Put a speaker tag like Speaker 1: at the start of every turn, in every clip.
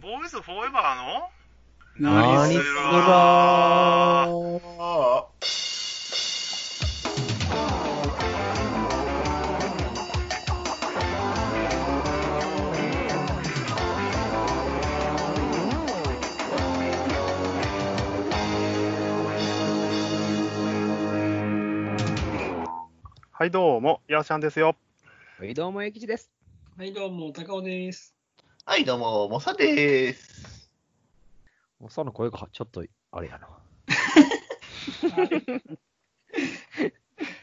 Speaker 1: ボーイズフォーエバーの
Speaker 2: 何するば
Speaker 1: ー
Speaker 2: ー
Speaker 3: はい、どうも、やーちゃんですよ。
Speaker 4: はい、どうも、えきちです。
Speaker 5: はい、どうも、高尾です。
Speaker 2: はい、どうも、モサでーす。
Speaker 4: もうその声がちょっと、あれやな。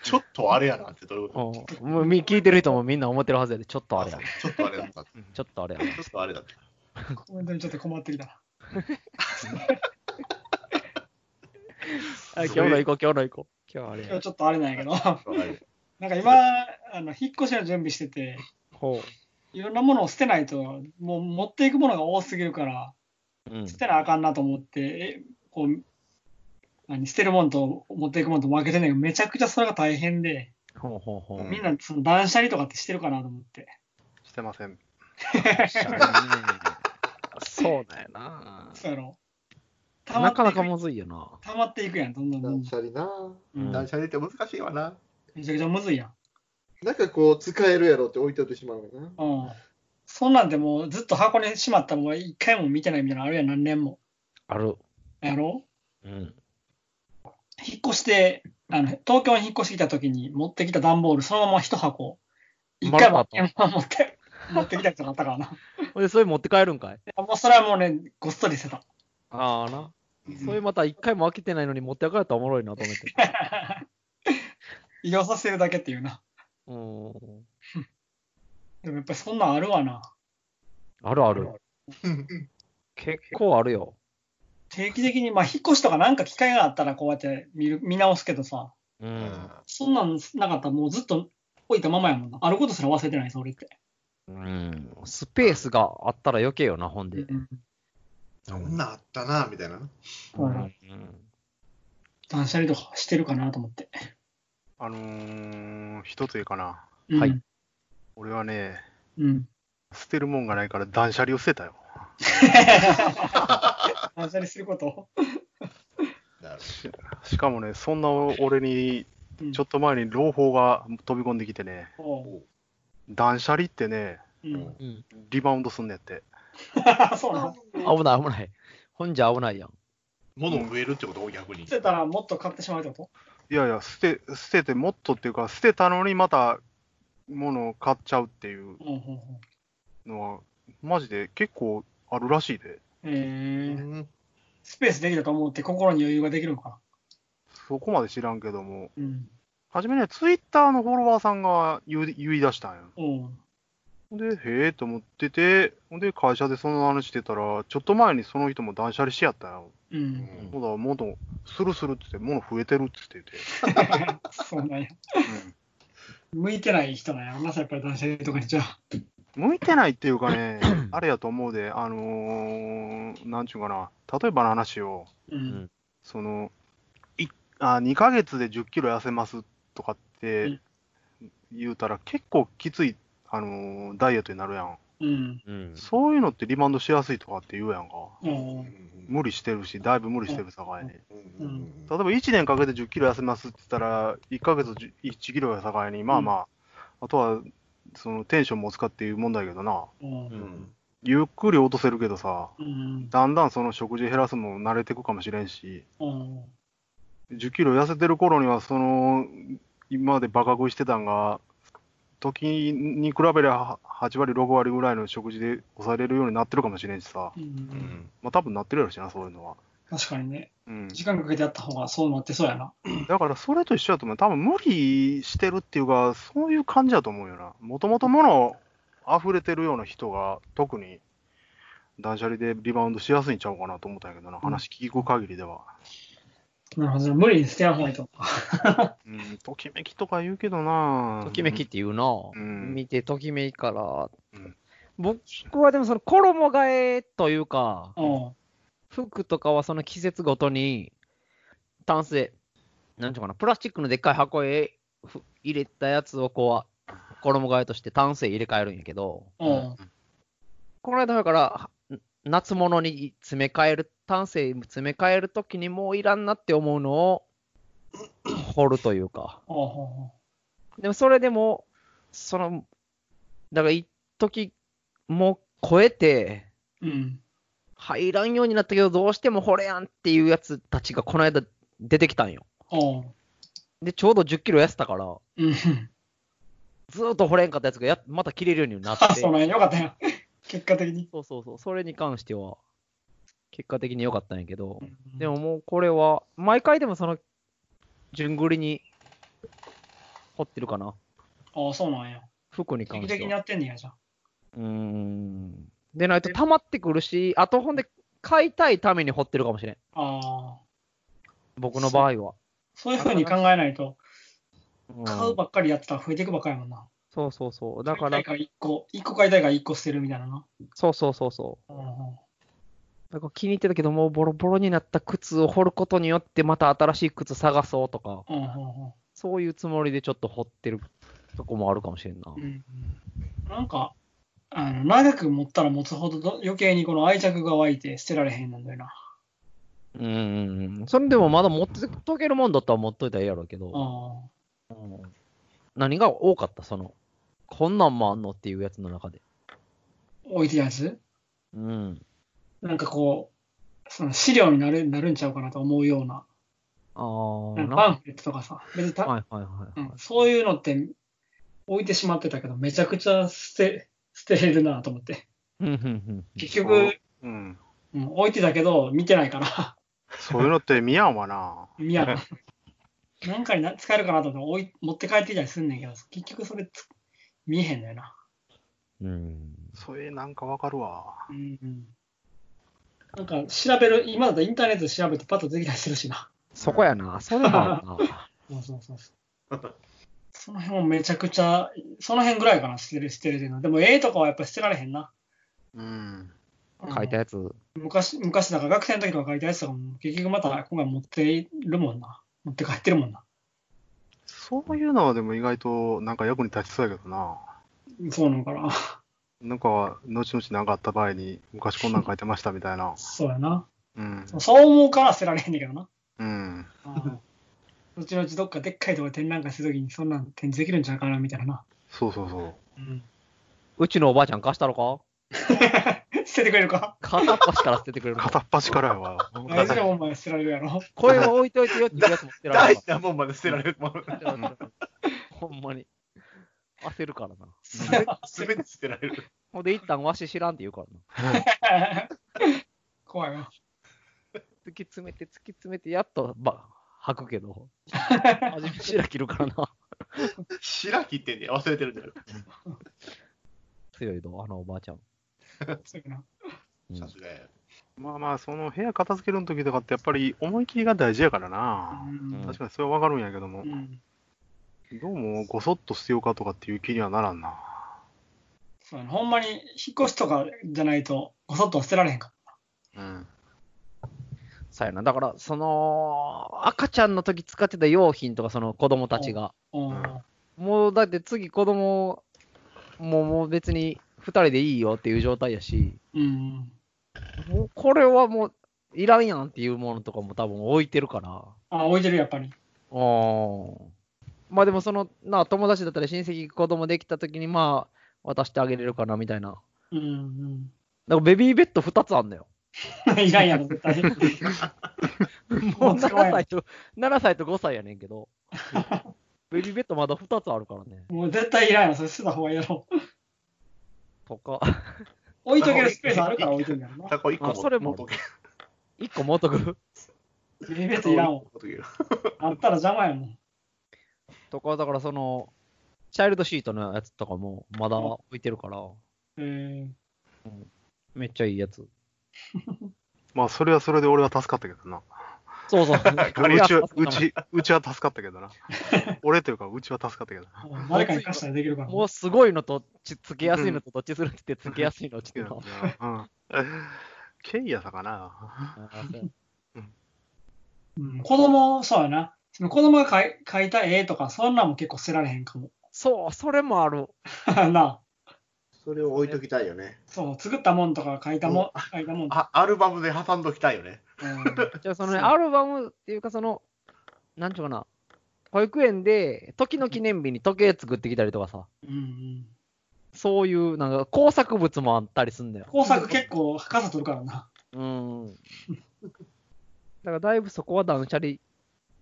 Speaker 2: ちょっとあれやなってどういうこ
Speaker 4: もうみ聞いてる人もみんな思ってるはずやで、ちょっと
Speaker 2: と
Speaker 4: あれやな。
Speaker 2: ちょっとあれだった。ち
Speaker 4: ちょっとあれやな。
Speaker 2: ょっとあれだった。
Speaker 5: コメントにちょっと困ってきた。
Speaker 4: はい、今日の行こう、今日の行こう。今日あれや
Speaker 5: 今
Speaker 4: な
Speaker 5: 日。ちょっとあれなんやけど、
Speaker 2: はい
Speaker 5: なんか今、あの引っ越しの準備してて、
Speaker 4: ほ
Speaker 5: いろんなものを捨てないと、もう持っていくものが多すぎるから、
Speaker 4: う。うん。
Speaker 5: 捨てなあかんなと思って、えこう何捨てるものと持っていくものと分けてんねんけど、めちゃくちゃそれが大変で、
Speaker 4: ほうほうほう。
Speaker 2: うん
Speaker 5: みんなその断捨離とかってしてるかなと思って。
Speaker 3: してません。
Speaker 4: そうだよな。
Speaker 5: そうやろ。溜ま
Speaker 4: な
Speaker 5: って
Speaker 4: か
Speaker 5: い
Speaker 4: な
Speaker 5: く
Speaker 4: かむずいよな。
Speaker 5: 溜まっていくやん、どんどんどん
Speaker 2: 断
Speaker 5: ど
Speaker 2: 捨離な、
Speaker 5: ん。
Speaker 4: 断
Speaker 2: 断捨離って難しいわな。
Speaker 5: めちゃくちゃむずいやん。
Speaker 2: なんかこう、使えるやろって置いておいてしまうのな。
Speaker 5: うん。そんなんでもうずっと箱にしまったらもう一回も見てないみたいなのあるやん、何年も。
Speaker 4: ある。
Speaker 5: やろ
Speaker 4: うん。
Speaker 5: 引っ越して、あの東京に引っ越してきた時に持ってきた段ボール、そのまま一箱、一回も
Speaker 4: 丸
Speaker 5: 持って、持ってきたやつがあったからな。い
Speaker 4: ほんで、それ持って帰るんかい
Speaker 5: やもうそれはもうね、ごっそり捨てた。
Speaker 4: ああな。それまた一回も開けてないのに持って帰ったらおもろいなと思って。
Speaker 5: 移動させるだけっていうな。
Speaker 4: うん。
Speaker 5: でもやっぱりそんなんあるわな。
Speaker 4: あるある。結構あるよ。
Speaker 5: 定期的に、まあ引っ越しとかなんか機会があったらこうやって見る見直すけどさ、
Speaker 4: う。
Speaker 2: うん
Speaker 5: そんなんなかったらもうずっと置いたままやもんな。あることすら忘れてない、それって。
Speaker 4: うん。スペースがあったら余計よな、ほんで。
Speaker 5: うん
Speaker 2: こんなんあったな、みたいな。
Speaker 5: うん
Speaker 4: うん
Speaker 5: 断捨離とかしてるかなと思って。
Speaker 3: あのー、一ついいかな。
Speaker 5: うん
Speaker 4: はい。
Speaker 3: 俺はね、
Speaker 5: うん。
Speaker 3: 捨てるもんがないから断捨離を捨てたよ。
Speaker 5: 断捨離すること
Speaker 2: なる
Speaker 3: しかもね、そんな俺に、ちょ
Speaker 5: っ
Speaker 3: っと前に朗報が飛び込んできてね、
Speaker 5: と
Speaker 3: 断捨離ってね、
Speaker 5: うん、
Speaker 4: うん。
Speaker 3: リバウンドすんねんって。
Speaker 5: そうなの
Speaker 4: 危ない危ない。ほんじゃ危ないやん。
Speaker 2: 物を植えるってこと逆に
Speaker 5: 捨。てたらもっと買ってしまうってこ
Speaker 3: いやいや、捨て、捨ててもっとっていうか、捨てたのにまた、物を買っちゃうっていう
Speaker 5: とうんうんうん
Speaker 3: のは、マジで結構あるらしいで。
Speaker 2: う
Speaker 5: えー、
Speaker 2: ん
Speaker 5: スペースできたと思って心に余裕ができるのか
Speaker 3: そこまで知らんけども、
Speaker 5: な。うん。
Speaker 3: はじめね、ツイッターのフォロワーさんが言う言い出したんよ。
Speaker 5: うん。
Speaker 3: で、へえと思ってて、ほんで、会社でその話してたら、ちょっと前にその人も断捨離しやったよ。
Speaker 5: う。
Speaker 2: うん ん
Speaker 3: ほら、もっと、するするって言って、物増えてるって言って
Speaker 5: そうなんや。
Speaker 3: て、
Speaker 5: 向いてない人なんや。まさやっぱり断捨離とかにじゃあ。
Speaker 3: 向いてないっていうかね、あれやと思うで、あのー、なんちゅうかな、例えばの話を、
Speaker 5: う
Speaker 4: うん
Speaker 5: ん。
Speaker 3: その、いあ2ヶ月で10キロ痩せますとかって言うたら、結構きつい、あのーダイエットになるやん。
Speaker 5: うん。
Speaker 4: うん
Speaker 3: そういうのってリバウンドしやすいとかって言うやんか。
Speaker 5: うん。
Speaker 3: 無理してるし、だいぶ無理してるさかいに。
Speaker 2: うん
Speaker 3: 例えば1年かけて10キロ痩せますって言ったら、1ヶ月10 1キロやさかいに、まあまあ、あとはそのテンションも使っていう問題やけどな、
Speaker 5: うん
Speaker 2: う。ん
Speaker 3: ゆっくり落とせるけどさ、
Speaker 5: うん。
Speaker 3: だんだんその食事減らすのも慣れてくかもしれんし、
Speaker 5: うん。
Speaker 3: 10キロ痩せてる頃には、その、今までバカ食いしてたんが、時に比べりゃ8割、6割ぐらいの食事で抑えれるようになってるかもしれんしさ、
Speaker 5: うん。
Speaker 3: まあ多分なってるやろしな、そういうのは。
Speaker 5: 確かにね。
Speaker 3: うん、
Speaker 5: 時間かけてやった方がそうなってそうやな。
Speaker 3: だからそれと一緒だと思う。多分無理してるっていうか、そういう感じだと思うよな。もともともの溢れてるような人が、特に断捨離でリバウンドしやすいんちゃうかなと思ったんやけどな、話聞く限りでは。
Speaker 5: なるほど。無理に捨てない方がいいと。
Speaker 3: うん、ときめきとか言うけどな。
Speaker 4: ときめきっていうな、
Speaker 3: うん
Speaker 4: 見てときめいから、
Speaker 3: うん
Speaker 4: 僕はでもその衣替えというか、
Speaker 5: うん。
Speaker 4: 服とかはその季節ごとに、タンスで、なんていうのかな、プラスチックのでっかい箱へふ入れたやつをこう、衣替えとしてタンスへ入れ替えるんやけど、
Speaker 5: うん。
Speaker 4: この間だから、は夏物に詰め替える、丹精詰め替えるときにもういらんなって思うのを掘るというか。
Speaker 5: ほうほうほ
Speaker 4: でもそれでも、その、だから一時もう超えて、
Speaker 5: ううん。
Speaker 4: 入らんようになったけど、どうしても掘れやんっていうやつたちがこの間出てきたんよ。
Speaker 5: おう。
Speaker 4: で、ちょうど10キロ痩せたから、
Speaker 5: うん。
Speaker 4: ずーっと掘れんかったやつがやまた切れるようになっ
Speaker 5: あ、
Speaker 4: て。
Speaker 5: その辺よかったよ。結果的に。
Speaker 4: そうそうそう、それに関しては、結果的に良かったんやけど、でももうこれは、毎回でもその、順繰りに掘ってるかな、
Speaker 5: ああ、そうなんや。
Speaker 4: 服に
Speaker 5: 定
Speaker 4: 関
Speaker 5: 期
Speaker 4: し
Speaker 5: 的に
Speaker 4: て
Speaker 5: や
Speaker 4: は。
Speaker 5: ってんねや、じゃあ。
Speaker 4: うーん。でないと溜まってくるし、あとほんで、買いたいために掘ってるかもしれん、
Speaker 5: ああ。
Speaker 4: 僕の場合は。
Speaker 5: そういうふうに考えないと、
Speaker 4: うん
Speaker 5: 買うばっかりやってたら増えていくばっかりやもんな。
Speaker 4: そうそうそう、だから
Speaker 5: 買い、たいから1個、一個買いたいから1個捨てるみたいなな。
Speaker 4: そうそうそうそう。
Speaker 5: うんうん
Speaker 4: なんか気に入ってたけど、もうボロボロになった靴を掘ることによって、また新しい靴探そうとか、
Speaker 5: うんうん
Speaker 4: そういうつもりでちょっと掘ってるとこもあるかもしれんな
Speaker 5: うん。うんなんか、あの長く持ったら持つほどど余計にこの愛着が湧いて捨てられへんなんだよな。
Speaker 4: うんうんうん。それでもまだ持ってとけるもんだったら持っといたらええやろうけど、う
Speaker 5: あ
Speaker 4: ん何が多かったその、こんなんもあんのっていうやつの中で。
Speaker 5: あ、置いてるやつ
Speaker 4: うん。
Speaker 5: なんかこう、その資料になるなるんちゃうかなと思うような、
Speaker 4: ああ、
Speaker 5: なん
Speaker 4: な
Speaker 5: かパ
Speaker 4: ん
Speaker 5: ンフレットとかさ、別にた、
Speaker 4: かはいはいはい、
Speaker 5: う
Speaker 4: はい
Speaker 5: ん、そういうのって置いてしまってたけど、めちゃくちゃ捨て捨てれるなと思って。
Speaker 4: うんうんうん。
Speaker 5: 結局、
Speaker 3: うん。
Speaker 5: うん、置いてたけど、見てないから、
Speaker 3: そういうのって見やんわな。
Speaker 5: いや、なん かにな使えるかなと思って置い持って帰ってきたりすんねんけど、結局それつ見えへんだよな。
Speaker 4: うん。
Speaker 3: それなんかわかるわ。
Speaker 5: うんうんなんか調べる、今だとインターネットで調べてパッとできたりするしな。
Speaker 4: そこやな。それもあるな。
Speaker 5: そうそうそうそう。 その辺もめちゃくちゃ、その辺ぐらいかな、捨てる、捨てれてるの。でも絵とかはやっぱ捨てられへんな。
Speaker 3: うん。
Speaker 5: うん
Speaker 4: 書いたやつ。
Speaker 5: 昔、昔だから学生の時とか書いたやつとかも、結局また今回持ってるもんな。持って帰ってるもんな。
Speaker 3: そういうのはでも意外となんか役に立ちそうやけどな。
Speaker 5: そうなのかな。
Speaker 3: なんか、後々何かあった場合に、昔こんなん書いてましたみたいな。
Speaker 5: そうやな。
Speaker 3: うん。
Speaker 5: そう思うから捨てられへんねんけど な。
Speaker 3: うん。
Speaker 5: うちのうちどっかでっかいとこ展覧会するときにそんなん展示できるんちゃうかなみたいなな。
Speaker 3: そうそうそう。
Speaker 5: うん、
Speaker 4: うちのおばあちゃん貸したのか
Speaker 5: 捨ててくれる か
Speaker 4: 片っ端から捨ててくれるの。
Speaker 3: 片っ端からやわ。
Speaker 5: あいつらもお前捨てられるや ろ。
Speaker 4: これを置いといてよっていうやつも捨てられ
Speaker 2: 大
Speaker 4: る
Speaker 2: 事。なもんまで捨てられるもの。
Speaker 4: 捨てられる ほんまに。焦るからな。
Speaker 2: すべて捨てられ る。
Speaker 4: ほんで、一旦わし知らんって言うからな。
Speaker 5: 怖いわ。
Speaker 4: 突き詰めて突き詰めてやっと、ば吐くけ ど初め白切るからな
Speaker 2: 白切ってんねや忘れてるんだよ。
Speaker 4: 強いどあのおばあちゃん、
Speaker 5: そうやな
Speaker 4: うん
Speaker 2: さすがや。
Speaker 3: まあまあ、その部屋片付ける時とかって、やっぱり思い切りが大事やからな。
Speaker 5: うん
Speaker 3: 確かにそれはわかるんやけども
Speaker 5: う、ん。
Speaker 3: どうもごそっと捨てようかとかっていう気にはならんな。
Speaker 5: そうやな。ほんまに引っ越しとかじゃないと、ごそっと捨てられへんか
Speaker 3: うん。
Speaker 4: そうやなだからその赤ちゃんの時使ってた用品とかその子供たちが
Speaker 5: ら。うん。
Speaker 4: もうだって次子供もうもう別に2人でいいよっていう状態やし
Speaker 5: うん。
Speaker 4: もうこれはもういらんやんっていうものとかも多分置いてるから
Speaker 5: あ、置いてるやっぱり。
Speaker 4: うんまあでもそのな友達だったり親戚子供できた時にまあ渡してあげれるかなみたいな
Speaker 5: うん
Speaker 4: なんかベビーベッド2つあんだよ。
Speaker 5: うん。 いらんやろ、絶対。
Speaker 4: もう7歳と、7歳と5歳やねんけど。ベビーベッドまだ2つあるからね。
Speaker 5: もう絶対いらんやろ、それ捨てた方がいいやろ。
Speaker 4: とか、
Speaker 5: 置いとけるスペースあるから置いてるんだろな。
Speaker 2: タコ一個
Speaker 4: あそれも
Speaker 2: 持っとけ
Speaker 4: 1個持っとく
Speaker 5: ベビーベッドいらんわ。
Speaker 2: 持っとけよ
Speaker 5: あったら邪魔やもん。
Speaker 4: とか、だからその、チャイルドシートのやつとかもまだ置いてるから、
Speaker 5: え
Speaker 4: めっちゃいいやつ。
Speaker 3: まあ、それはそれで俺は助かったけどな。
Speaker 4: そう そう。
Speaker 3: うちは、うち、うちは助かったけど な。俺というか、うちは助かったけどな。
Speaker 5: ー、誰かに貸したらできるからな。
Speaker 4: もうすごいのとちつけやすいのとどっちするって言ってつけやすいのちょ っと。
Speaker 3: うん。ケイヤさかな。
Speaker 5: うん子供、そうやな。その子供が描い描 いた絵とか、そんなんも結構捨てられへんかも。
Speaker 4: そう、それもある。
Speaker 5: なあ
Speaker 2: それを置いときたいよね。
Speaker 5: そう、作ったもんとか書いたもん、書いたもんとか。
Speaker 1: あアルバムで挟んどきたいよね。
Speaker 5: うん
Speaker 4: じゃあそのね、
Speaker 5: そう
Speaker 4: アルバムっていうか、その、なんちゅうかな、保育園で、時の記念日に時計作ってきたりとかさ、
Speaker 5: うんうん
Speaker 4: そういう、なんか工作物もあったりすんだよ。
Speaker 5: 工作結構数取るからな。
Speaker 4: うん。だからだいぶそこは断捨離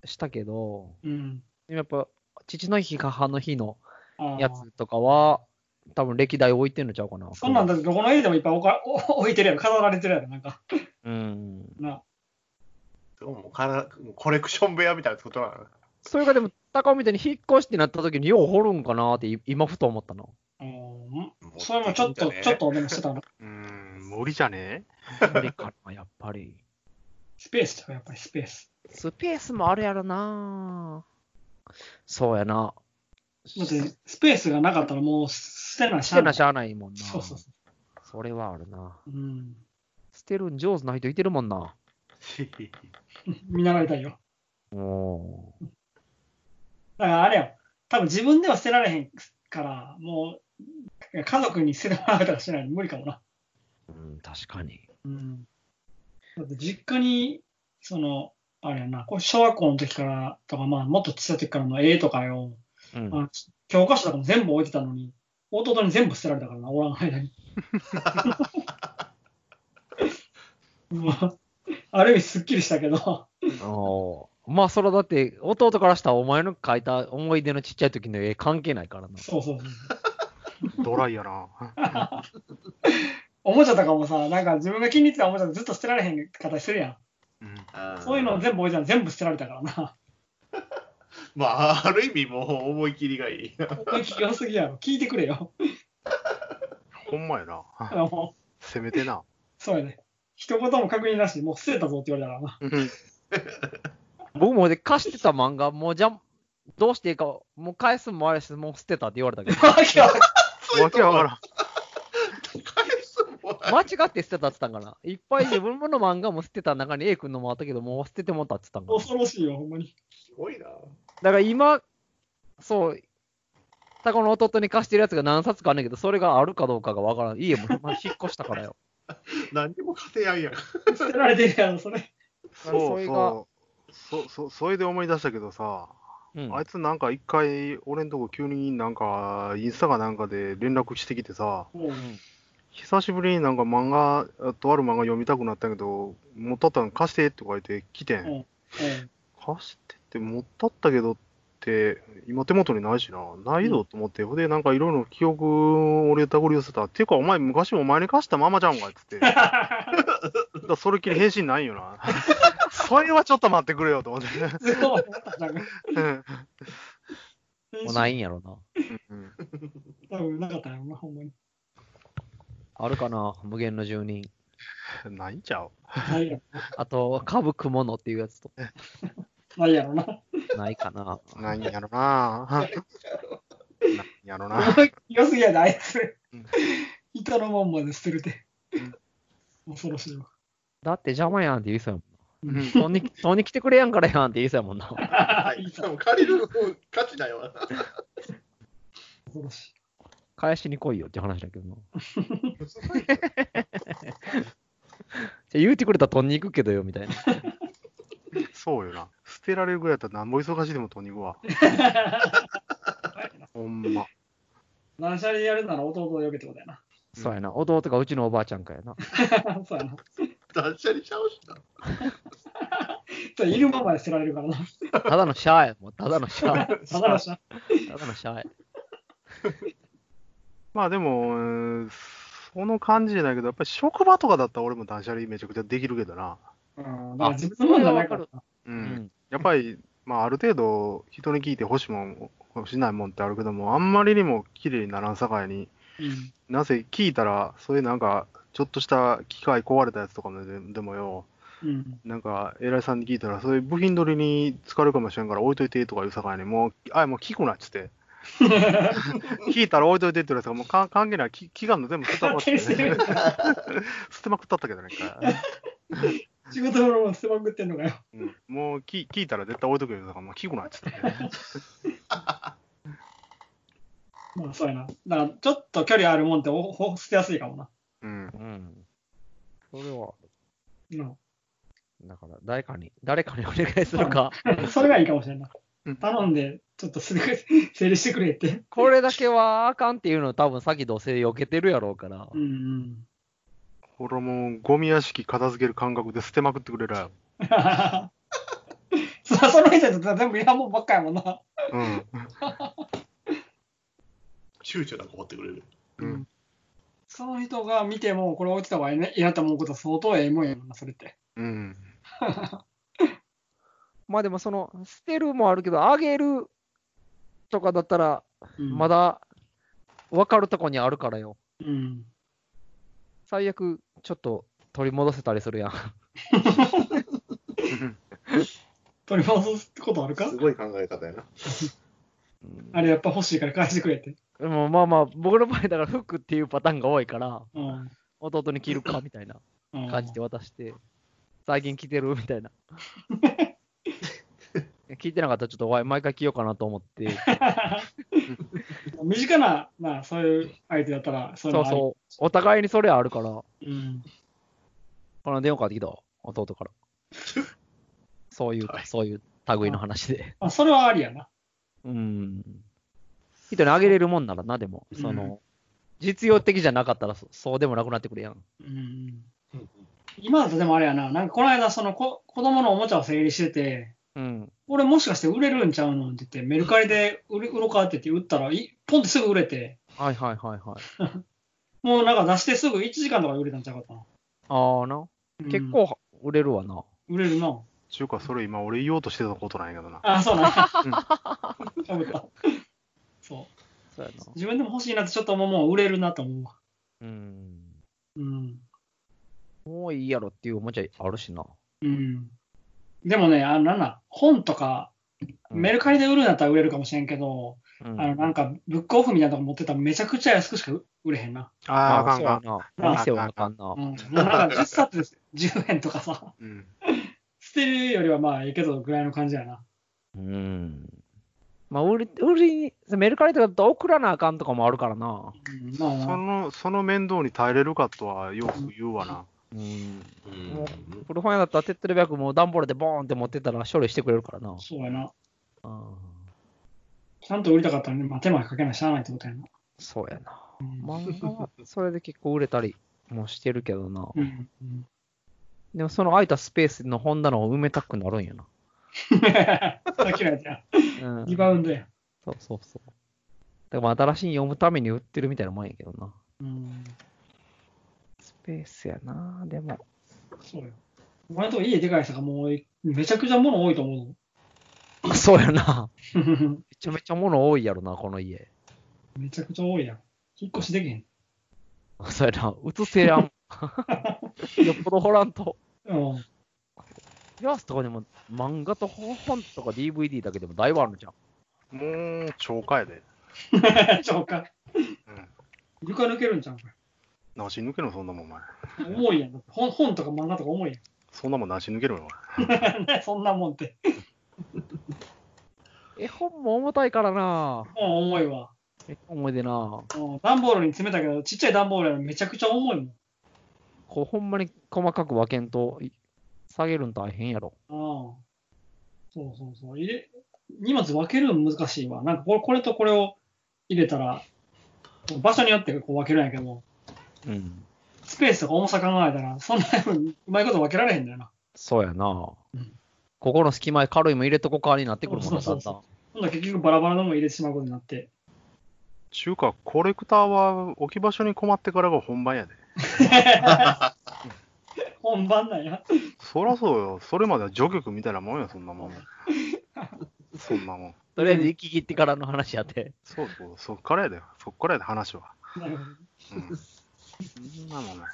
Speaker 4: したけど、
Speaker 5: うん。
Speaker 4: でもやっぱ、父の日、母の日の
Speaker 5: あー
Speaker 4: やつとかは、多分歴代置いてんのちゃうかな。
Speaker 5: そんなんだってどこの家でもいっぱい置か お置いてるやろ、飾られてるやろ、なんか。
Speaker 4: うん。
Speaker 5: な
Speaker 1: もうからもうコレクション部屋みたいなことなの。
Speaker 4: それがでも、高尾みたいに引っ越してなった時によう掘るんかなってい今ふと思ったの。
Speaker 5: うんそれもちょっと、
Speaker 1: 持てきたね
Speaker 5: ちょっとお願いしてたの。
Speaker 3: うーん、無理じゃね
Speaker 4: 無理かな、やっぱり。
Speaker 5: スペースだよ、やっぱりスペース。
Speaker 4: スペースもあるやろなそうやな。
Speaker 5: だって、スペースがなかったらもう捨てなし
Speaker 4: 捨
Speaker 5: ゃあ
Speaker 4: て
Speaker 5: な。
Speaker 4: ないしゃあないもんな。
Speaker 5: そうそうそ
Speaker 4: それはあるな。
Speaker 5: う。うん。
Speaker 4: 捨てるん上手な人いてるもんな。
Speaker 5: 見習いたいよ。
Speaker 4: おー
Speaker 5: だからあれよ、多分自分では捨てられへんから、もう、家族に捨ててもらうとかしないの無理かもな。
Speaker 4: うん、確かに。
Speaker 5: うん。だって実家に、その、あれやな、これ小学校の時からとか、まあ、もっと小さい時からの絵とかよ、
Speaker 4: うん、
Speaker 5: あ教科書とかも全部置いてたのに、弟に全部捨てられたからな、おらん間に。 もうある意味すっきりしたけど、
Speaker 4: おーまあ、それはだって、弟からしたらお前の書いた思い出のちっちゃい時の絵関係ないからな。
Speaker 5: そうそうそう。
Speaker 3: ドライやな。
Speaker 5: おもちゃとかもさ、なんか自分が気に入ってたおもちゃずっと捨てられへん形してるや
Speaker 3: う
Speaker 5: ん。
Speaker 3: ん、
Speaker 1: あー
Speaker 5: そういうのを全部置いてたら全部捨てられたからな。
Speaker 1: まあ、ある意味もう思い切りがいい。
Speaker 5: 思い切り良すぎやろ。聞いてくれよ。
Speaker 3: ほんまやな。
Speaker 5: あのもう
Speaker 3: 攻めてな。
Speaker 5: そうやね。一言も確認なしに、もう捨てたぞって言われたからな。
Speaker 4: 僕もで貸してた漫画、もうじゃん、どうしていいか、もう返すもあれし、もう捨てたって言われ たけど、
Speaker 5: わけわかんない
Speaker 3: わけわからん。
Speaker 1: 返すもん
Speaker 4: 間違って捨てたって言ったんかな。いっぱい自分の漫画も捨てた中に A 君のもあったけど、もう捨ててもったって言ったんかな。
Speaker 5: 恐ろしいよ、ほんまに。
Speaker 1: すごいな。
Speaker 4: だから今、そう、タコの弟に貸してるやつが何冊かあんねんけど、それがあるかどうかがわからん。家もまあ引っ越したからよ。
Speaker 1: 何にも勝てやんやん。
Speaker 5: 捨てられてるやろ、それ。
Speaker 4: そ
Speaker 3: そう
Speaker 4: れが
Speaker 3: そう。そそそれで思い出したけどさ、
Speaker 4: うん、
Speaker 3: あいつなんか一回、俺んとこ急になんか、インスタかなんかで連絡してきてさ、
Speaker 5: もう
Speaker 3: 久しぶりになんか漫画、あとある漫画読みたくなったけど、持っとったの貸してって書いて来てん。
Speaker 5: うんうん
Speaker 3: 貸してって持ったったけどって、今手元にないしな、ないぞと思って、ほんで、なんかいろいろ記憶を俺たぐり寄せた。っていうか、お前昔お前に貸したままじゃんかっつ って。だからそれっきり返信ないよな。 それはちょっと待ってくれよと思って。
Speaker 5: そうなんか
Speaker 3: うん
Speaker 4: もうないんやろな。
Speaker 3: うん
Speaker 5: 多分なかったんやろな、ほんまに。
Speaker 4: あるかな、無限の住人。
Speaker 3: ないんちゃう
Speaker 5: ないや
Speaker 4: あと、株雲のっていうやつと
Speaker 5: ろないやろな。
Speaker 4: ないかな。
Speaker 3: ないんやろな。ないんや ろな。
Speaker 5: 良すぎやで、あいつ
Speaker 3: うん。
Speaker 5: 板のもんまで捨てるて。恐ろしいわ。
Speaker 4: だって邪魔やんって言いそうや
Speaker 3: うん
Speaker 4: もん。とに、とに来てくれやんからやんって言いそうやもんな。
Speaker 1: はいい、
Speaker 5: い
Speaker 1: でも借りる価値だよ。
Speaker 5: 恐ろしい。
Speaker 4: 返しに来いよって話だけ どな。
Speaker 1: すごい
Speaker 4: じゃあ言うてくれたら取りに行くけどよみたいな。
Speaker 3: そうよな。捨てられるぐらいだったらなんぼ忙しいでもとに行くわ。ほんま。
Speaker 5: 断捨離やるなら弟でよけってことやな。
Speaker 4: そうやな。弟がうちのおばあちゃんかやな。
Speaker 5: そうやな。
Speaker 1: 断捨離ちゃうしな。
Speaker 5: そういるままで捨てられるからな。
Speaker 4: ただのシャーやもん。ただのシャー。
Speaker 5: ただのしな
Speaker 4: ただのシャーや。
Speaker 3: まあでも、うーんその感じじゃないけど、やっぱり職場とかだったら俺も断捨離めちゃくちゃできるけどな。
Speaker 5: うん、だから自分のもんじゃないから。
Speaker 3: うん。
Speaker 4: うん。
Speaker 3: やっぱり、まあある程度人に聞いて欲しいもん、欲しないもんってあるけども、あんまりにも綺麗にならんさかいに、
Speaker 5: うん
Speaker 3: なぜ聞いたら、そういうなんか、ちょっとした機械壊れたやつとかもででもよ、
Speaker 5: うん。
Speaker 3: なんか、偉いさんに聞いたら、そういう部品取りに使えるかもしれんから置いといてとか言うさかいに、もう、あ、もう聞くなっつって。聞いたら置いといてって言われたから、もうか関係ない。き期間の全部捨てたも
Speaker 5: 勝
Speaker 3: んっ
Speaker 5: 手
Speaker 3: て、
Speaker 5: に捨て る
Speaker 3: 捨。てまくったったけどね、一回
Speaker 5: 仕事のもん捨てまくってんのかよ。
Speaker 3: うんもう聞聞いたら絶対置いとけよだから、もう聞くなっつって。
Speaker 5: まあ、そうやな。だから、ちょっと距離あるもんって、おほ捨てやすいかもな。
Speaker 3: うん。
Speaker 4: うん。それは、
Speaker 5: うん。
Speaker 4: だから、誰かに、誰かにお願いするか。
Speaker 5: それがいいかもしれんな
Speaker 3: うん
Speaker 5: い。頼んで、ちょっとすぐ整理してくれって。
Speaker 4: これだけはあかんっていうの多分さっきどうせ避けてるやろうから。
Speaker 5: うんうん。
Speaker 3: これもうゴミ屋敷片付ける感覚で捨てまくってくれるやろ。
Speaker 5: そその人たち全部いらんもんばっかやもんな。
Speaker 3: うん。
Speaker 1: 躊躇なく持ってくれる。
Speaker 3: うん。
Speaker 5: その人が見ても、これ落ちた方がいいねいいなと思うことは相当ええもんやもんな、それって。
Speaker 3: うん。
Speaker 4: まあでもその、捨てるもあるけど、あげるとかだったら、
Speaker 5: うん
Speaker 4: ま。だ分かるとこにあるからよ。
Speaker 5: うん。
Speaker 4: 最悪、ちょっと取り戻せたりするやん。
Speaker 5: 取り戻すことあるか
Speaker 2: すごい考え方やな。
Speaker 5: あれやっぱ欲しいから返してくれって。
Speaker 4: でもまあまあ、僕の場合、だから服っていうパターンが多いから、
Speaker 5: うん。
Speaker 4: 弟に着るかみたいな
Speaker 5: うん
Speaker 4: 感じで渡して、最近着てるみたい な。聞いてなかったらちょっとわい毎回着ようかなと思って、
Speaker 5: 身近な、まあ、そういう相手だったら、
Speaker 4: そ
Speaker 5: そ
Speaker 4: うう
Speaker 5: いうのあり
Speaker 4: そう、お互いにそれあるから、こ
Speaker 5: うん。
Speaker 4: の電話かかってきたわ弟 から。そういう、そういう類の話で。
Speaker 5: まあ、それはありやな。
Speaker 4: うん。人にあげれるもんならな、でも、その、
Speaker 5: うん
Speaker 4: 実用的じゃなかったらそそうでもなくなってくるやん。
Speaker 5: うん。今だとでもあれやな。なんかこの間、そのこ子供のおもちゃを整理してて、
Speaker 4: うん。
Speaker 5: 俺もしかして売れるんちゃうのって言って、メルカリで売れ売ろうかって言って売ったら、いポンってすぐ売れて、
Speaker 4: はいはいはいはい。
Speaker 5: もうなんか出してすぐ1時間とかで売れたんちゃうかったな。
Speaker 4: ああな、
Speaker 5: うん
Speaker 4: 結。構売れるわな。
Speaker 5: 売れるな。
Speaker 3: ちゅうか、それ今俺言おうとしてたことなんやけどな。
Speaker 5: あ、そうなんや。かぶった。そう。
Speaker 4: そうやな。
Speaker 5: 自分でも欲しいなってちょっともうもう売れるなと思うわ。
Speaker 4: うん。
Speaker 5: うん。
Speaker 4: もういいやろっていうおもちゃあるしな。
Speaker 5: うん。でもね、あの、なんだ、本とか、
Speaker 4: うん
Speaker 5: メルカリで売るんだったら売れるかもしれんけど、
Speaker 4: うん
Speaker 5: あの、なんか、ブックオフみたいなとこ持ってたらめちゃくちゃ安くしか売れへんな。
Speaker 3: ああ、あ
Speaker 4: ま
Speaker 3: かんあかん。
Speaker 4: そうやな。お店はあかんな
Speaker 5: うん。。もうなんか10 冊です。10円とかさ、
Speaker 3: うん。
Speaker 5: 捨てるよりはまあええけどぐらいの感じやな。
Speaker 4: うん。まあ、売り、売りに、メルカリとかだと送らなあかんとかもあるからな。
Speaker 5: うん、まあ
Speaker 3: そ
Speaker 5: まあ、
Speaker 3: の、その面倒に耐えれるかとはよく言うわな。
Speaker 4: うん。
Speaker 1: うん。
Speaker 4: 古本屋だったら手っ取り早くもう段ボールでボーンって持ってったら処理してくれるからな。
Speaker 5: そうやな。
Speaker 4: うん。
Speaker 5: ちゃんと売りたかったらね、まあ手間かけないしゃあないってことやな。
Speaker 4: そうやな。
Speaker 5: うん。
Speaker 4: 漫画は、それで結構売れたりもしてるけどな。
Speaker 5: うんうん、
Speaker 4: でもその空いたスペースの本棚を埋めたくなるんやな。
Speaker 5: さっきのやつや。
Speaker 4: うん。
Speaker 5: リバウンドや。
Speaker 4: そうそうそう。だからまあ新しい読むために売ってるみたいなもんやけどな。
Speaker 5: うん。
Speaker 4: スペースやな、でも。
Speaker 5: そうよ。お前のとこ家でかいさがもうめちゃくちゃ物多いと思うぞ。
Speaker 4: そうやな。めちゃめちゃ物多いやろな、この家。
Speaker 5: めちゃくちゃ多いやん。引っ越しできへん。
Speaker 4: そうやな、映せ やん。よっぽど掘らんと。
Speaker 5: うん。
Speaker 4: ヤースとかでも漫画と本とか DVD だけでもだいぶあるじゃん。
Speaker 3: もう、超過やで。
Speaker 5: そうか。
Speaker 3: うん。
Speaker 5: 床抜けるんちゃうんこ
Speaker 3: なし抜けろ、そんなもん、お前。
Speaker 5: れ重いやん。だって本本とか漫画とか重い
Speaker 3: そんなもんなし抜けろよ、
Speaker 5: やん。ね そんなもんって。
Speaker 4: 絵本も重たいからな。
Speaker 5: うん、重いわ。
Speaker 4: 絵本重いでな。
Speaker 5: うん、段ボールに詰めたけど、ちっちゃい段ボールやのめちゃくちゃ重いもん。
Speaker 4: こうほんまに細かく分けんとい下げるん大変やろ。
Speaker 5: ああ。そうそうそう。入れ、荷物分けるの難しいわ。なんかこれ、これとこれを入れたら、場所によってこう分けるんやけど、
Speaker 4: うん。
Speaker 5: スペースとか重さ考えたら、そんなにうまいこと分けられへんだよな。
Speaker 4: そうやな。
Speaker 5: うん
Speaker 4: ここの隙間へ軽いも入れとこかになってくるもんな、
Speaker 5: そ
Speaker 4: だ
Speaker 5: うんそ
Speaker 4: だ。
Speaker 5: うん今度は結局バラバラのも入れてしまうことになって。
Speaker 3: ちゅうか、コレクターは置き場所に困ってからが本番やで。
Speaker 5: 本番なんや。
Speaker 3: そらそうよ。それまでは序曲みたいなもんよ、そんな もん。そんなもん。
Speaker 4: とりあえず行き切ってからの話やって。
Speaker 3: そうそう、そっからやで。そっからやで、話は。
Speaker 5: なるほど。
Speaker 3: うん。そんなもん、お前。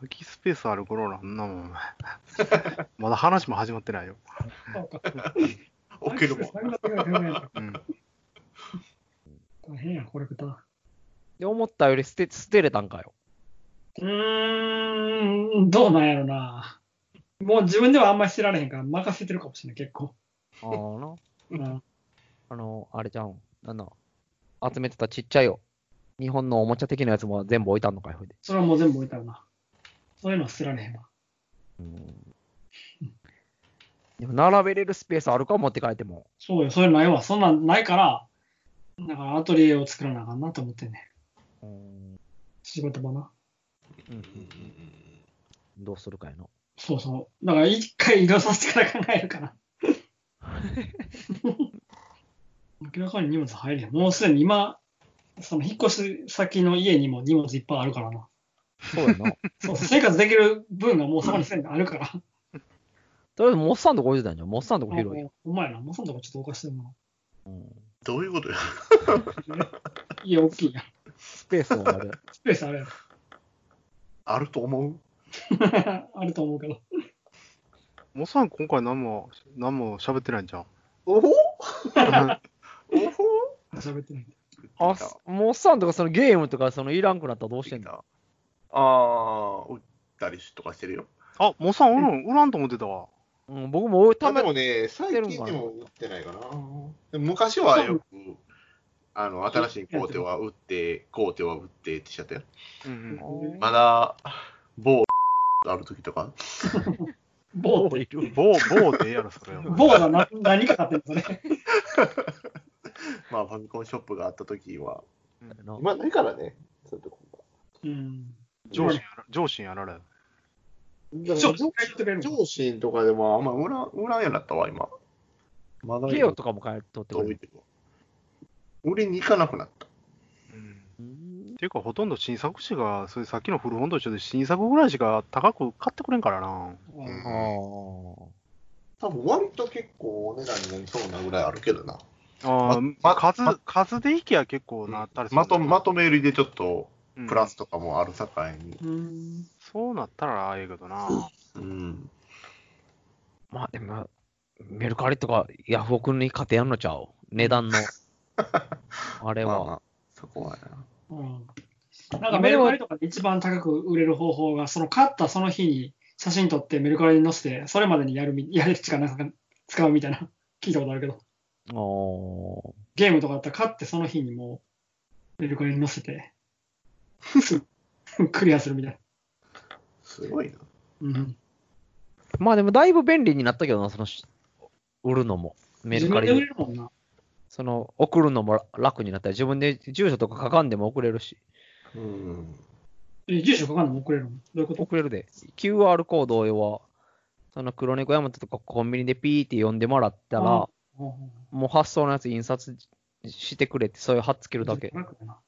Speaker 3: 空きスペースある頃なんなも ん、お前。まだ話も始まってないよ。
Speaker 5: そうか。
Speaker 1: 置けるもん。
Speaker 3: うん。
Speaker 5: 大変や、コレクター。
Speaker 4: で、思ったより捨て捨てれたんかよ。
Speaker 5: うーん、どうなんやろな。もう自分ではあんまり捨てられへんから、任せてるかもしれない、結構。
Speaker 4: ああな。
Speaker 5: うん、
Speaker 4: あの、あれじゃん。なんだ。集めてたちっちゃい日本のおもちゃ的なやつも全部置いたんのかい、ほいで。
Speaker 5: それはもう全部置いたよな。そういうのは捨てられへんわ。
Speaker 4: でも並べれるスペースあるか持って帰っても。
Speaker 5: そうよ、そういうのないわ。そんなんないから、だからアトリエを作らなあかんなと思ってんね。仕事場な。
Speaker 4: どうするかやの。
Speaker 5: そうそう。だから一回移動させてから考えるから。明らかに荷物入れへん。もうすでに今、その引っ越し先の家にも荷物いっぱいあるからな。
Speaker 4: そうや な。
Speaker 5: そう生活できる分がもうそこにすでにあるから。
Speaker 4: とりあえず、モッサンとこ置いてたんじゃん。モッサンとこ広いよ。
Speaker 5: お前ら、もうそんとこちょっとおかしいな。
Speaker 1: どういうことや
Speaker 5: 家大きいやん。
Speaker 4: スペースはある。
Speaker 5: スペースあるやろ
Speaker 1: あると思う
Speaker 5: あると思うけど。
Speaker 3: もさん、今回何も、何も喋ってないん じゃん。
Speaker 2: おほ
Speaker 1: おほ
Speaker 5: 喋ってない。
Speaker 4: あ、モッサンとかそのゲームとかそのいらんくなったらどうしてんだ
Speaker 1: ああー、打ったりとかしてるよ。
Speaker 3: あ、もさんおるん、おらんと思ってたわ。
Speaker 4: うん、僕もおた
Speaker 2: あ
Speaker 4: め
Speaker 2: でもね、最
Speaker 4: てるん
Speaker 2: 近
Speaker 4: か
Speaker 2: で
Speaker 4: な
Speaker 2: も打ってないかな。
Speaker 1: でも昔はよく、あの、新しいコーテは打って、コーテは打ってってしちゃったよ。
Speaker 3: うん
Speaker 1: まだ、某 ある時とか。
Speaker 5: 某って。
Speaker 4: い
Speaker 3: うん。
Speaker 4: る。
Speaker 3: 某、某でええやろ、それは。
Speaker 5: 某がな何か買ってんのそれ。
Speaker 1: まあ、ファミコンショップがあった時は、
Speaker 2: 今ないからね。そういうとこ
Speaker 5: うん。
Speaker 3: 上司やら、上司やられ。
Speaker 2: だから
Speaker 5: ちょっと帰ってくれるの
Speaker 2: 上司とかでも
Speaker 1: あんま売らん、売らんやなったわ、今。まだ
Speaker 4: ゲオとかも買えとってく
Speaker 1: 置
Speaker 4: れる。
Speaker 1: いてるわ俺に行かなくなった。
Speaker 3: うん。
Speaker 4: うん
Speaker 3: っていうか、ほとんど新作誌が、それさっきの古本と一緒で、新作ぐらいしか高く買ってくれんからな。
Speaker 1: うん
Speaker 4: あー
Speaker 2: 多分割と結構お値段になりそうなぐらいあるけどな。
Speaker 3: あ
Speaker 1: ま
Speaker 3: あ、
Speaker 1: ま
Speaker 3: 数、数でいきゃ結構なったりする
Speaker 1: ま
Speaker 3: んだ
Speaker 1: と
Speaker 3: よ
Speaker 1: まとめ売りでちょっと、
Speaker 3: うん
Speaker 1: プラスとかもある境に。
Speaker 5: うん。
Speaker 3: そうなったらああいうけどな。
Speaker 1: うん。
Speaker 4: まあでも、メルカリとかヤフオクに買ってやんのちゃう値段の。あれ
Speaker 1: まあ
Speaker 4: は
Speaker 1: ま。あ、そこはやな。
Speaker 5: うんなんかメルカリとかで一番高く売れる方法が、その買ったその日に写真撮ってメルカリに載せて、それまでにやるみ やるしかなんか使うみたいな、聞いたことあるけど、
Speaker 4: お
Speaker 5: ゲームとかだったら買ってその日にもうメルカリに載せて、すぐ クリアするみたい
Speaker 1: すごいな。
Speaker 5: な。うん、
Speaker 4: まあでもだいぶ便利になったけどな、そのし売るのも。メ
Speaker 5: 自
Speaker 4: ルカ
Speaker 5: 分
Speaker 4: リ
Speaker 5: で売れ
Speaker 4: で。
Speaker 5: るもんな。
Speaker 4: その送るのも楽になったり、自分で住所とか書かんでも送れるし、
Speaker 1: うん。
Speaker 5: え住所書かんでも送れるもん。どういうこと
Speaker 4: 送れるで。QR コードをその黒猫山とかコンビニでピーって読んでもらったら、
Speaker 5: うんうん
Speaker 4: もう発送のやつ印刷してくれって、そういう貼っつけるだけ。
Speaker 5: 楽やな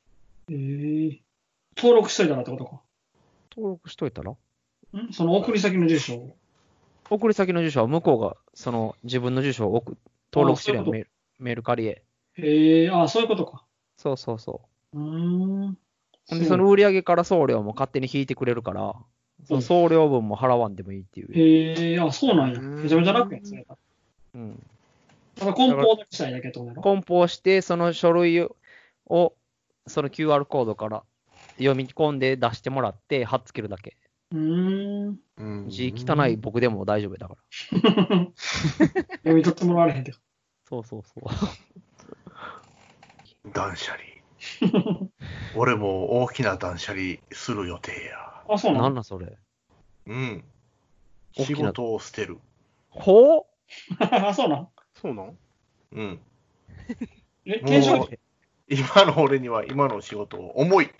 Speaker 5: えー登録しといたらってことか。
Speaker 4: 登録しといたら
Speaker 5: んその送り先の住所を。
Speaker 4: 送り先の住所は向こうがその自分の住所を送登録してるや
Speaker 5: あ
Speaker 4: ん
Speaker 5: そう
Speaker 4: メール、メルカリへ。
Speaker 5: えー、あそういうことか。
Speaker 4: そうそうそう
Speaker 5: ーん。
Speaker 4: う。ほんで、その売り上げから送料も勝手に引いてくれるから、その送料分も払わんでもいいっていう。
Speaker 5: へえあ、そうなんや。
Speaker 3: うん
Speaker 5: めちゃめちゃ楽やん、それ。
Speaker 4: うん
Speaker 5: ただ梱包だけしたいだけってことやろ。
Speaker 4: 梱包して、その書類を、その QR コードから読み込んで出してもらって、貼っつけるだけ。
Speaker 5: うーん。
Speaker 1: うん
Speaker 4: 字汚い。僕でも大丈夫だから。
Speaker 5: 読み取ってもらわれへんて。
Speaker 4: そうそうそう。
Speaker 1: 断捨離。 俺も大きな断捨離する予定や。
Speaker 5: あ、そうな
Speaker 4: なんん
Speaker 5: だ。
Speaker 4: なんそれ。
Speaker 1: うん。
Speaker 4: 大き
Speaker 1: 仕
Speaker 4: な
Speaker 1: 事を捨てる。
Speaker 4: ほう
Speaker 5: あ、 そうなん。
Speaker 3: そうなん
Speaker 1: うん。
Speaker 5: え、
Speaker 1: もう
Speaker 5: 転職
Speaker 1: 今の俺には今の仕事を重い。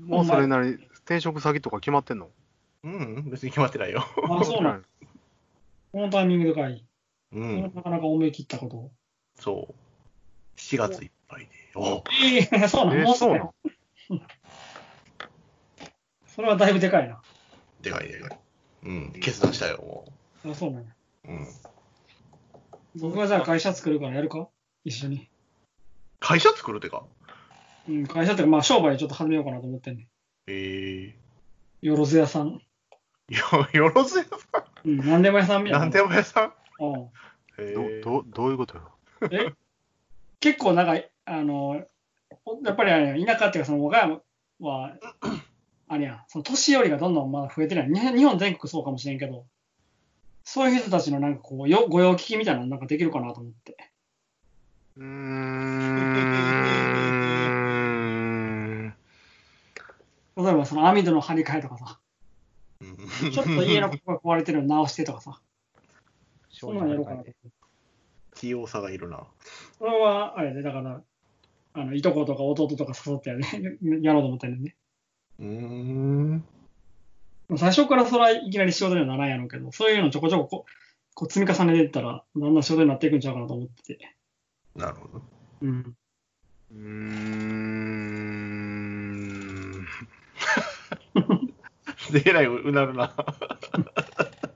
Speaker 3: もうそれなり、転職先とか決まってんの
Speaker 1: うん、別に決まってないよ。
Speaker 5: あ、そうなん。このタイミングでかい。
Speaker 1: う、
Speaker 5: なんかなか思い切ったことを。
Speaker 1: そう。7月いっぱいで。お
Speaker 5: えー、 そうなん。
Speaker 3: え
Speaker 5: もうす
Speaker 3: そう
Speaker 5: ぐ
Speaker 3: なん。
Speaker 5: それはだいぶでかいな。
Speaker 1: でかいでかい。うん、決断したよ、も
Speaker 5: あ、そうなんや。
Speaker 1: う。うん。
Speaker 5: 僕はじゃあ会社作るからやるか一緒に。
Speaker 1: 会社作るってか。
Speaker 5: うん、会社ってか、まあ商売ちょっと始めようかなと思ってんねん。
Speaker 1: え
Speaker 5: よろず屋さん。
Speaker 1: えー。よ、よろずやさ
Speaker 5: うん、なんでも屋さんみ
Speaker 1: ん。
Speaker 5: たいな。
Speaker 1: なんでも屋さん。
Speaker 5: うん。
Speaker 1: え
Speaker 3: ど
Speaker 1: ー、
Speaker 3: どどういうことよ
Speaker 5: え結構なんか、あの、やっぱりあれや田舎っていうか、その岡山は、あれやん、その年寄りがどんどんまだ増えてるやん。日本日本全国そうかもしれんけど、そういう人たちのなんかこう、よご用聞きみたいなのなんかできるかなと思って。
Speaker 3: うーん。
Speaker 5: 例えばその網戸の張り替えとかさ、
Speaker 1: うん
Speaker 5: ちょっと家のここが壊れてるの直してとかさ、そんなんやろうかな。
Speaker 1: 器用さがいるな。
Speaker 5: それは、あれで、だから、あのいとことか弟とか誘ってや,、ね、やろうと思ったんだよね。
Speaker 1: うーん。
Speaker 5: 最初からそれはいきなり仕事にはならんやろうけど、そういうのちょこちょここうこう積み重ねていったら、だんだん仕事になっていくんちゃうかなと思ってて。
Speaker 1: なるほど。
Speaker 5: うん。
Speaker 3: うーん。
Speaker 1: でえらいうなるな。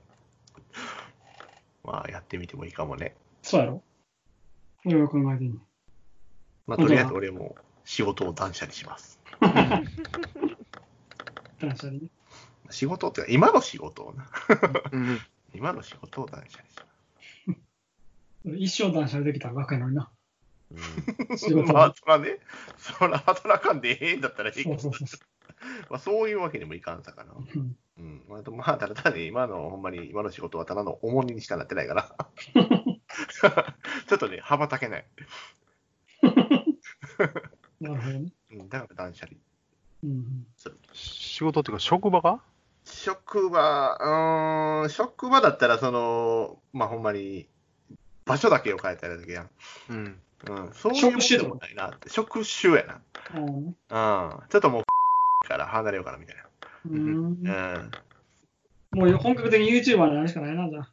Speaker 1: まあ、やってみてもいいかもね。
Speaker 5: そうやろそれを考えてんねん。
Speaker 1: まあ、とりあえず俺も仕事を断捨離します。
Speaker 5: 断捨離ね。
Speaker 1: 仕事っていうか、今の仕事をな。
Speaker 3: うん
Speaker 1: 今の仕事を断捨離します。
Speaker 5: 一生断捨離できたら若いのにな。仕事
Speaker 1: まあ、そらね、そら働かんでええんだったらいいけ
Speaker 5: そう
Speaker 1: ど
Speaker 5: そうそ
Speaker 1: まあ、そういうわけにもいかんさかな。
Speaker 5: う。うん
Speaker 1: うん。まあ、でもまあただ単に今の、ほんまに今の仕事はただの重荷にしかなってないから。 ちょっとね、羽ばたけない。
Speaker 5: なるほどね。
Speaker 1: うん、だから断捨離。
Speaker 5: うん。
Speaker 3: 仕事っていうか、職場か
Speaker 1: 職場、うーん、職場だったら、その、まあ、ほんまに、場所だけを変えたらだけやん。
Speaker 3: うん。
Speaker 1: うん、そういう
Speaker 5: 職
Speaker 1: もんで
Speaker 5: 種とか
Speaker 1: もないな。職種や
Speaker 5: あのね
Speaker 1: な。うん。ちょっともう、 から離れようかな、みたい
Speaker 5: うん
Speaker 1: な。うん。
Speaker 5: もう本格的に YouTuber になるしかないな、じゃあ。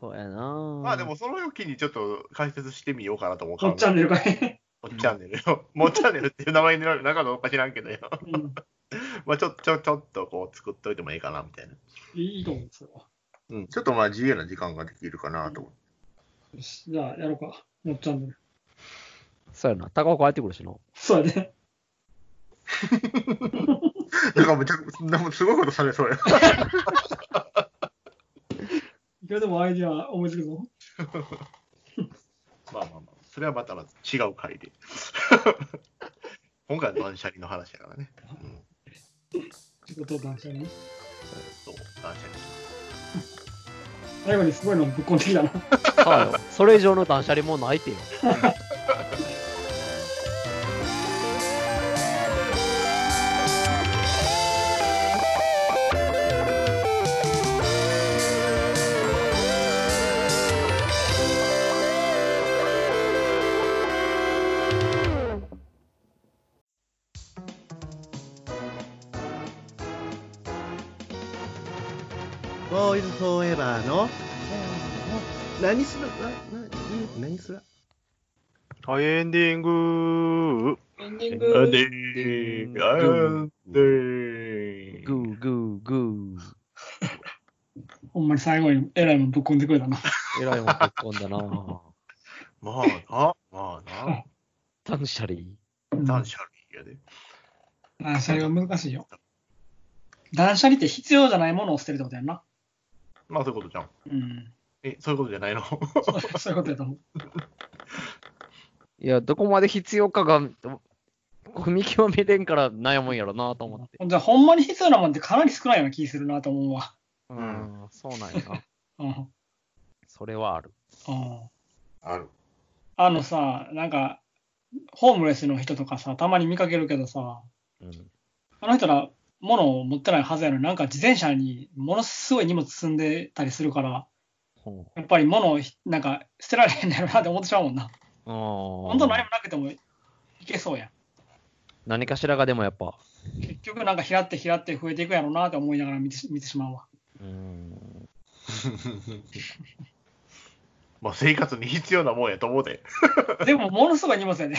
Speaker 4: そうやな
Speaker 1: まあでも、それを機にちょっと解説してみようかなと思うか
Speaker 5: こ
Speaker 1: ら。
Speaker 5: っちゃんでるかい。
Speaker 1: もっちゃんねるよ。 もっちゃんねるっていう名前になる中のおか知らんけどよ。
Speaker 5: うん
Speaker 1: まあちょ、ちょ、ちょっとこう作っといてもいいかなみたいな。
Speaker 5: いいと思うんですよ。
Speaker 1: うん。ちょっとまあ自由な時間ができるかなと思って。
Speaker 5: よし、じゃあやろうか。もっちゃんでる。
Speaker 4: そうやな。高岡入ってくるしな。
Speaker 5: そうやね。
Speaker 1: なんかめちゃくなんかすごいことされそうや。
Speaker 5: いくらでもアイディア思いつくぞ。
Speaker 1: まあまあまあ、それはまたまた違う回で。今回は断捨離の話やからね。うん。
Speaker 5: 仕事を断捨離ね。
Speaker 1: そう、断捨離。
Speaker 5: 最後にすごいのぶっこんできたな。
Speaker 4: そうよ。それ以上の断捨離もうないってよ。
Speaker 1: ボーイズフォーエバーの何するなな何する
Speaker 3: はい、エンディング
Speaker 5: エンディン
Speaker 1: アン
Speaker 5: グ。
Speaker 1: ディングアンディ
Speaker 4: グ
Speaker 1: ング
Speaker 4: ーグーグー。
Speaker 5: ほんまに最後にえらいもんぶっこんでくれたな。
Speaker 4: えらいもんぶっこんだな
Speaker 1: まあな、まあ
Speaker 4: 断捨離。
Speaker 1: な、断捨離やで。
Speaker 5: 断捨離は難しいよ。断捨離って必要じゃないものを捨てるってことやんな。
Speaker 1: まあそういうことじゃん。
Speaker 5: うん。
Speaker 1: え、そういうことじゃないの
Speaker 5: そう そういうことやと思う。
Speaker 4: いや、どこまで必要かが、踏み極めれんから悩むんやろなと思って。
Speaker 5: じゃあ、ほんまに必要なもんってかなり少ないような気するなと思うわ。
Speaker 4: うんん、そうなんや な。
Speaker 5: うん。うん。
Speaker 4: それはある。
Speaker 1: ある。
Speaker 5: あのさ、なんか、ホームレスの人とかさ、たまに見かけるけどさ、
Speaker 4: うん。
Speaker 5: あの人ら物を持ってないはずやのに、なんか自転車にものすごい荷物積んでたりするから、
Speaker 4: ほ
Speaker 5: やっぱり物をひなんか捨てられへんやろなって思ってしまうもんな。
Speaker 4: うあ
Speaker 5: 本当何もなくてもいけそうやん。
Speaker 4: 何かしらがでもやっぱ。
Speaker 5: 結局なんかひらってひらって増えていくやろうなって思いながら見てし見てしまうわ。
Speaker 4: うん。
Speaker 1: まあ生活に必要なもんやと思うで。
Speaker 5: で もものすごい荷物やね。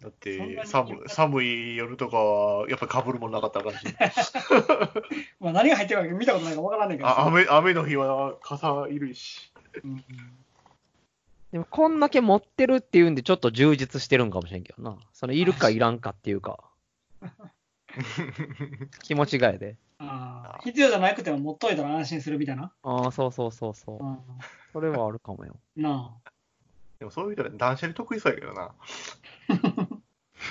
Speaker 1: だっ
Speaker 5: そん
Speaker 1: て
Speaker 5: なに
Speaker 1: 寒寒い夜とかはやっぱりかぶるもんなかったらあかんし。
Speaker 5: まあ何が入ってるか見たことないから分からないけどさ。
Speaker 1: あ雨雨の日は傘いるし。
Speaker 5: うん
Speaker 4: でも、こんだけ持ってるっていうんで、ちょっと充実してるんかもしれんけどな。その、いるかいらんかっていう か、気持ちがえで。
Speaker 5: あー必要じゃなくても持っといたら安心するみたいな。
Speaker 4: ああ、そうそうそうそうう。
Speaker 5: ん、
Speaker 4: それはあるかもよ。
Speaker 5: な
Speaker 1: でもそういう人は断捨離得意そうやけどな。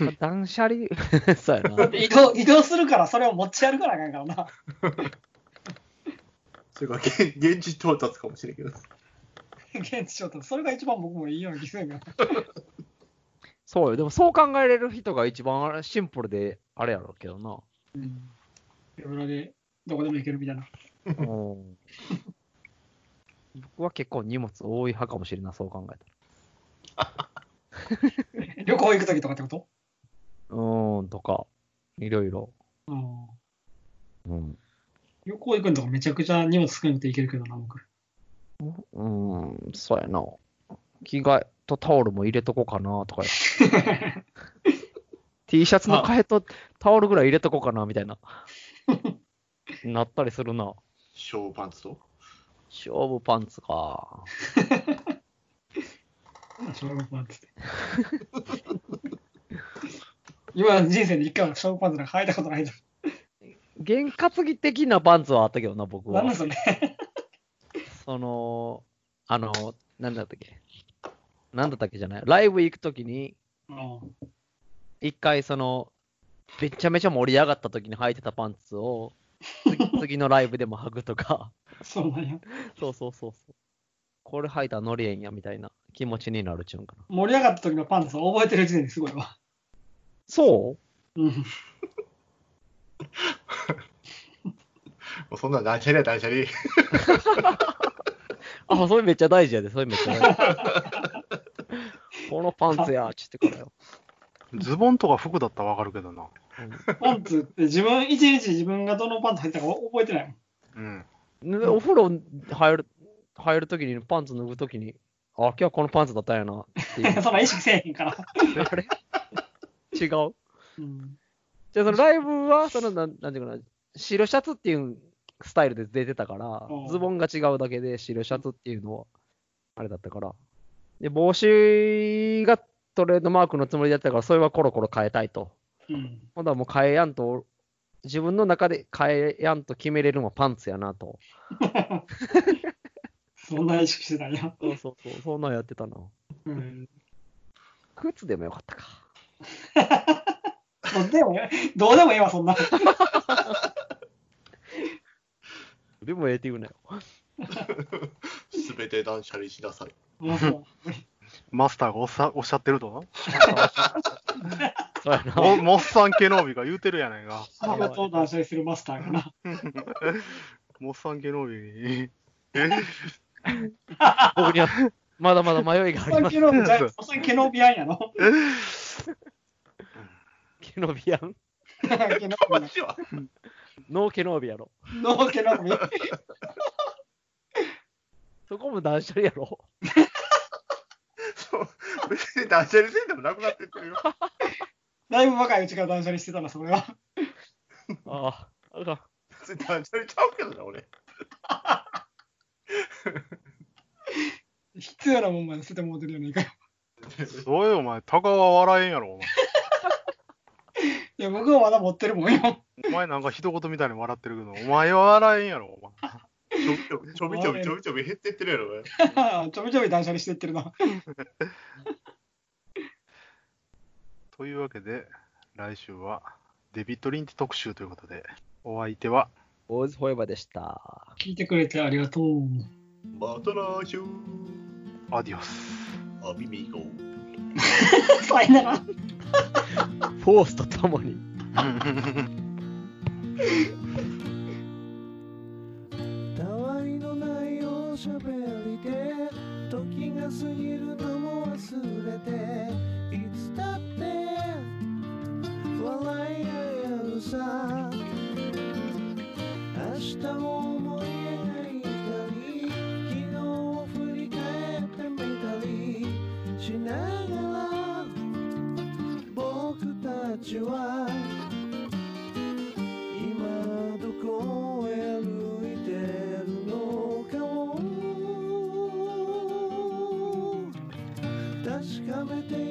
Speaker 4: まあ断捨離、 そうや
Speaker 5: あ。だ
Speaker 4: な
Speaker 5: っ。て移動 移動するからそれを持ち歩かなあかんからな。
Speaker 1: それから現現地到達かもしれんけど。
Speaker 5: 現象と、それが一番僕もいいような気するんだけど。
Speaker 4: そうよ。でもそう考えれる人が一番あれシンプルで、あれやろうけどな。
Speaker 5: 手ぶらで、どこでも行けるみたいな。
Speaker 4: うん僕は結構荷物多い派かもしれんない、そう考えた
Speaker 5: 旅行行くときとかってこと
Speaker 4: ら。うーん、とか、いろいろ。
Speaker 5: うん。
Speaker 4: うん。
Speaker 5: 旅行行くんとかめちゃくちゃ荷物少なくて行けるけどな、僕。
Speaker 4: うん、そうやな。着替えとタオルも入れとこうかな、 とかや。T シャツの替えとタオルぐらい入れとこうかな、み たいな。なったりするな。
Speaker 1: 勝負パンツと。
Speaker 4: 勝負パンツか。
Speaker 5: 小学パンツって。 今人生で一回は小学パンツなんか履いたことないじ
Speaker 4: 験担ぎ的なパンツはあったけどな、僕
Speaker 5: ゃん。
Speaker 4: は
Speaker 5: なんだ。それ。
Speaker 4: その、あの、なんだったっけ。なんだったっけじゃない。ライブ行くときに、
Speaker 5: うん
Speaker 4: 一回その、めちゃめちゃ盛り上がった時に履いてたパンツを、 次次のライブでも履くとか、
Speaker 5: そうなんや。
Speaker 4: そうそうそうそう。これ履いたらノリエンやみたいな気持ちになるっちゅうんかな。
Speaker 5: 盛り上がった時のパンツを覚えてる時点ですごいわ。
Speaker 4: そう
Speaker 5: うん。
Speaker 1: もうそんな断捨離や断捨離。
Speaker 4: あ、それめっちゃ大事やで、それめっちゃ大事。このパンツや、ちってからよ。
Speaker 3: ズボンとか服だったらわかるけどな。
Speaker 5: パンツって自分、一日自分がどのパンツ履いてたか覚えてないもん。
Speaker 3: うん。
Speaker 4: うんでお風呂入る、入るときにパンツ脱ぐときに、あ、今日はこのパンツだったんやなっていう。
Speaker 5: そんな 意識せえへんか ら。
Speaker 4: あれ違う
Speaker 5: うん。
Speaker 4: じゃあそのライブは、そのなん、なんていうかな、白シャツっていうスタイルで出てたから
Speaker 5: うん、
Speaker 4: ズボンが違うだけで白シャツっていうのは、あれだったから。で、帽子がトレードマークのつもりだったから、それはコロコロ変えたいと。
Speaker 5: うん。
Speaker 4: 今度はもう変えやんと、自分の中で変えやんと決めれるのはパンツやなと。
Speaker 5: そんな意識してたんや。
Speaker 4: そうそうそう、そんなんやってたな。
Speaker 5: うん。
Speaker 4: 靴でもよかったか。
Speaker 5: どうでもいいどうでもいいわ、そんな。
Speaker 4: でもええって言うなよ。
Speaker 1: すべて断捨離しなさい。
Speaker 5: もうそう
Speaker 3: マスターがおっさおっしゃってると
Speaker 4: そうや な。
Speaker 3: おモッサンケノービが言うてるやないか。
Speaker 5: それと断捨離するマスターがな。
Speaker 3: モッサンケノー ビに。
Speaker 4: 僕には、まだまだ迷いがあ
Speaker 5: そ
Speaker 4: り
Speaker 5: うい
Speaker 4: ま
Speaker 5: う
Speaker 4: す。
Speaker 5: ケノビじゃないそういうケノビアン やろ。
Speaker 4: ケノビアン。
Speaker 5: ケノビアン
Speaker 1: マジは
Speaker 4: ノーケノービやろ。
Speaker 5: ノーケノビ。
Speaker 4: そこも断捨離やろ。
Speaker 1: そう別に断捨離せんでもなくなってってるよ。
Speaker 5: だいぶ若いうちから断捨離してたな、それは。
Speaker 4: ああ、あかん。
Speaker 1: 別に断捨離ちゃうけどな、俺。
Speaker 5: 必要なもんまで捨ててもうてるよね。い
Speaker 3: そうよ、お前。タカは笑えんやろ、お前。
Speaker 5: や、僕はまだ持ってるもんよ。
Speaker 3: お前なんか一言みたいに笑ってるけど、お前は笑えんやろ、お前。
Speaker 1: ちょびちょびちょびちょびちょびちょび減ってってるやろ、俺。
Speaker 5: ちょびちょび断捨離していってるな。
Speaker 3: というわけで、来週はデビッド・リンチ特集ということで、お相手は、
Speaker 4: オーズフォーエバーでした。
Speaker 5: 聞いてくれてありがとう。
Speaker 1: また来週、
Speaker 3: アディオス。
Speaker 1: アビミゴ。
Speaker 5: さよなら。
Speaker 4: フォースとともに。
Speaker 6: たわいのないおしゃべりで時が過ぎるのも忘れていつだって笑い合えるさ明日を思い描いたり昨日を振り返ってみたりしながら僕たちは今どこへ歩いてるのかを確かめてゆ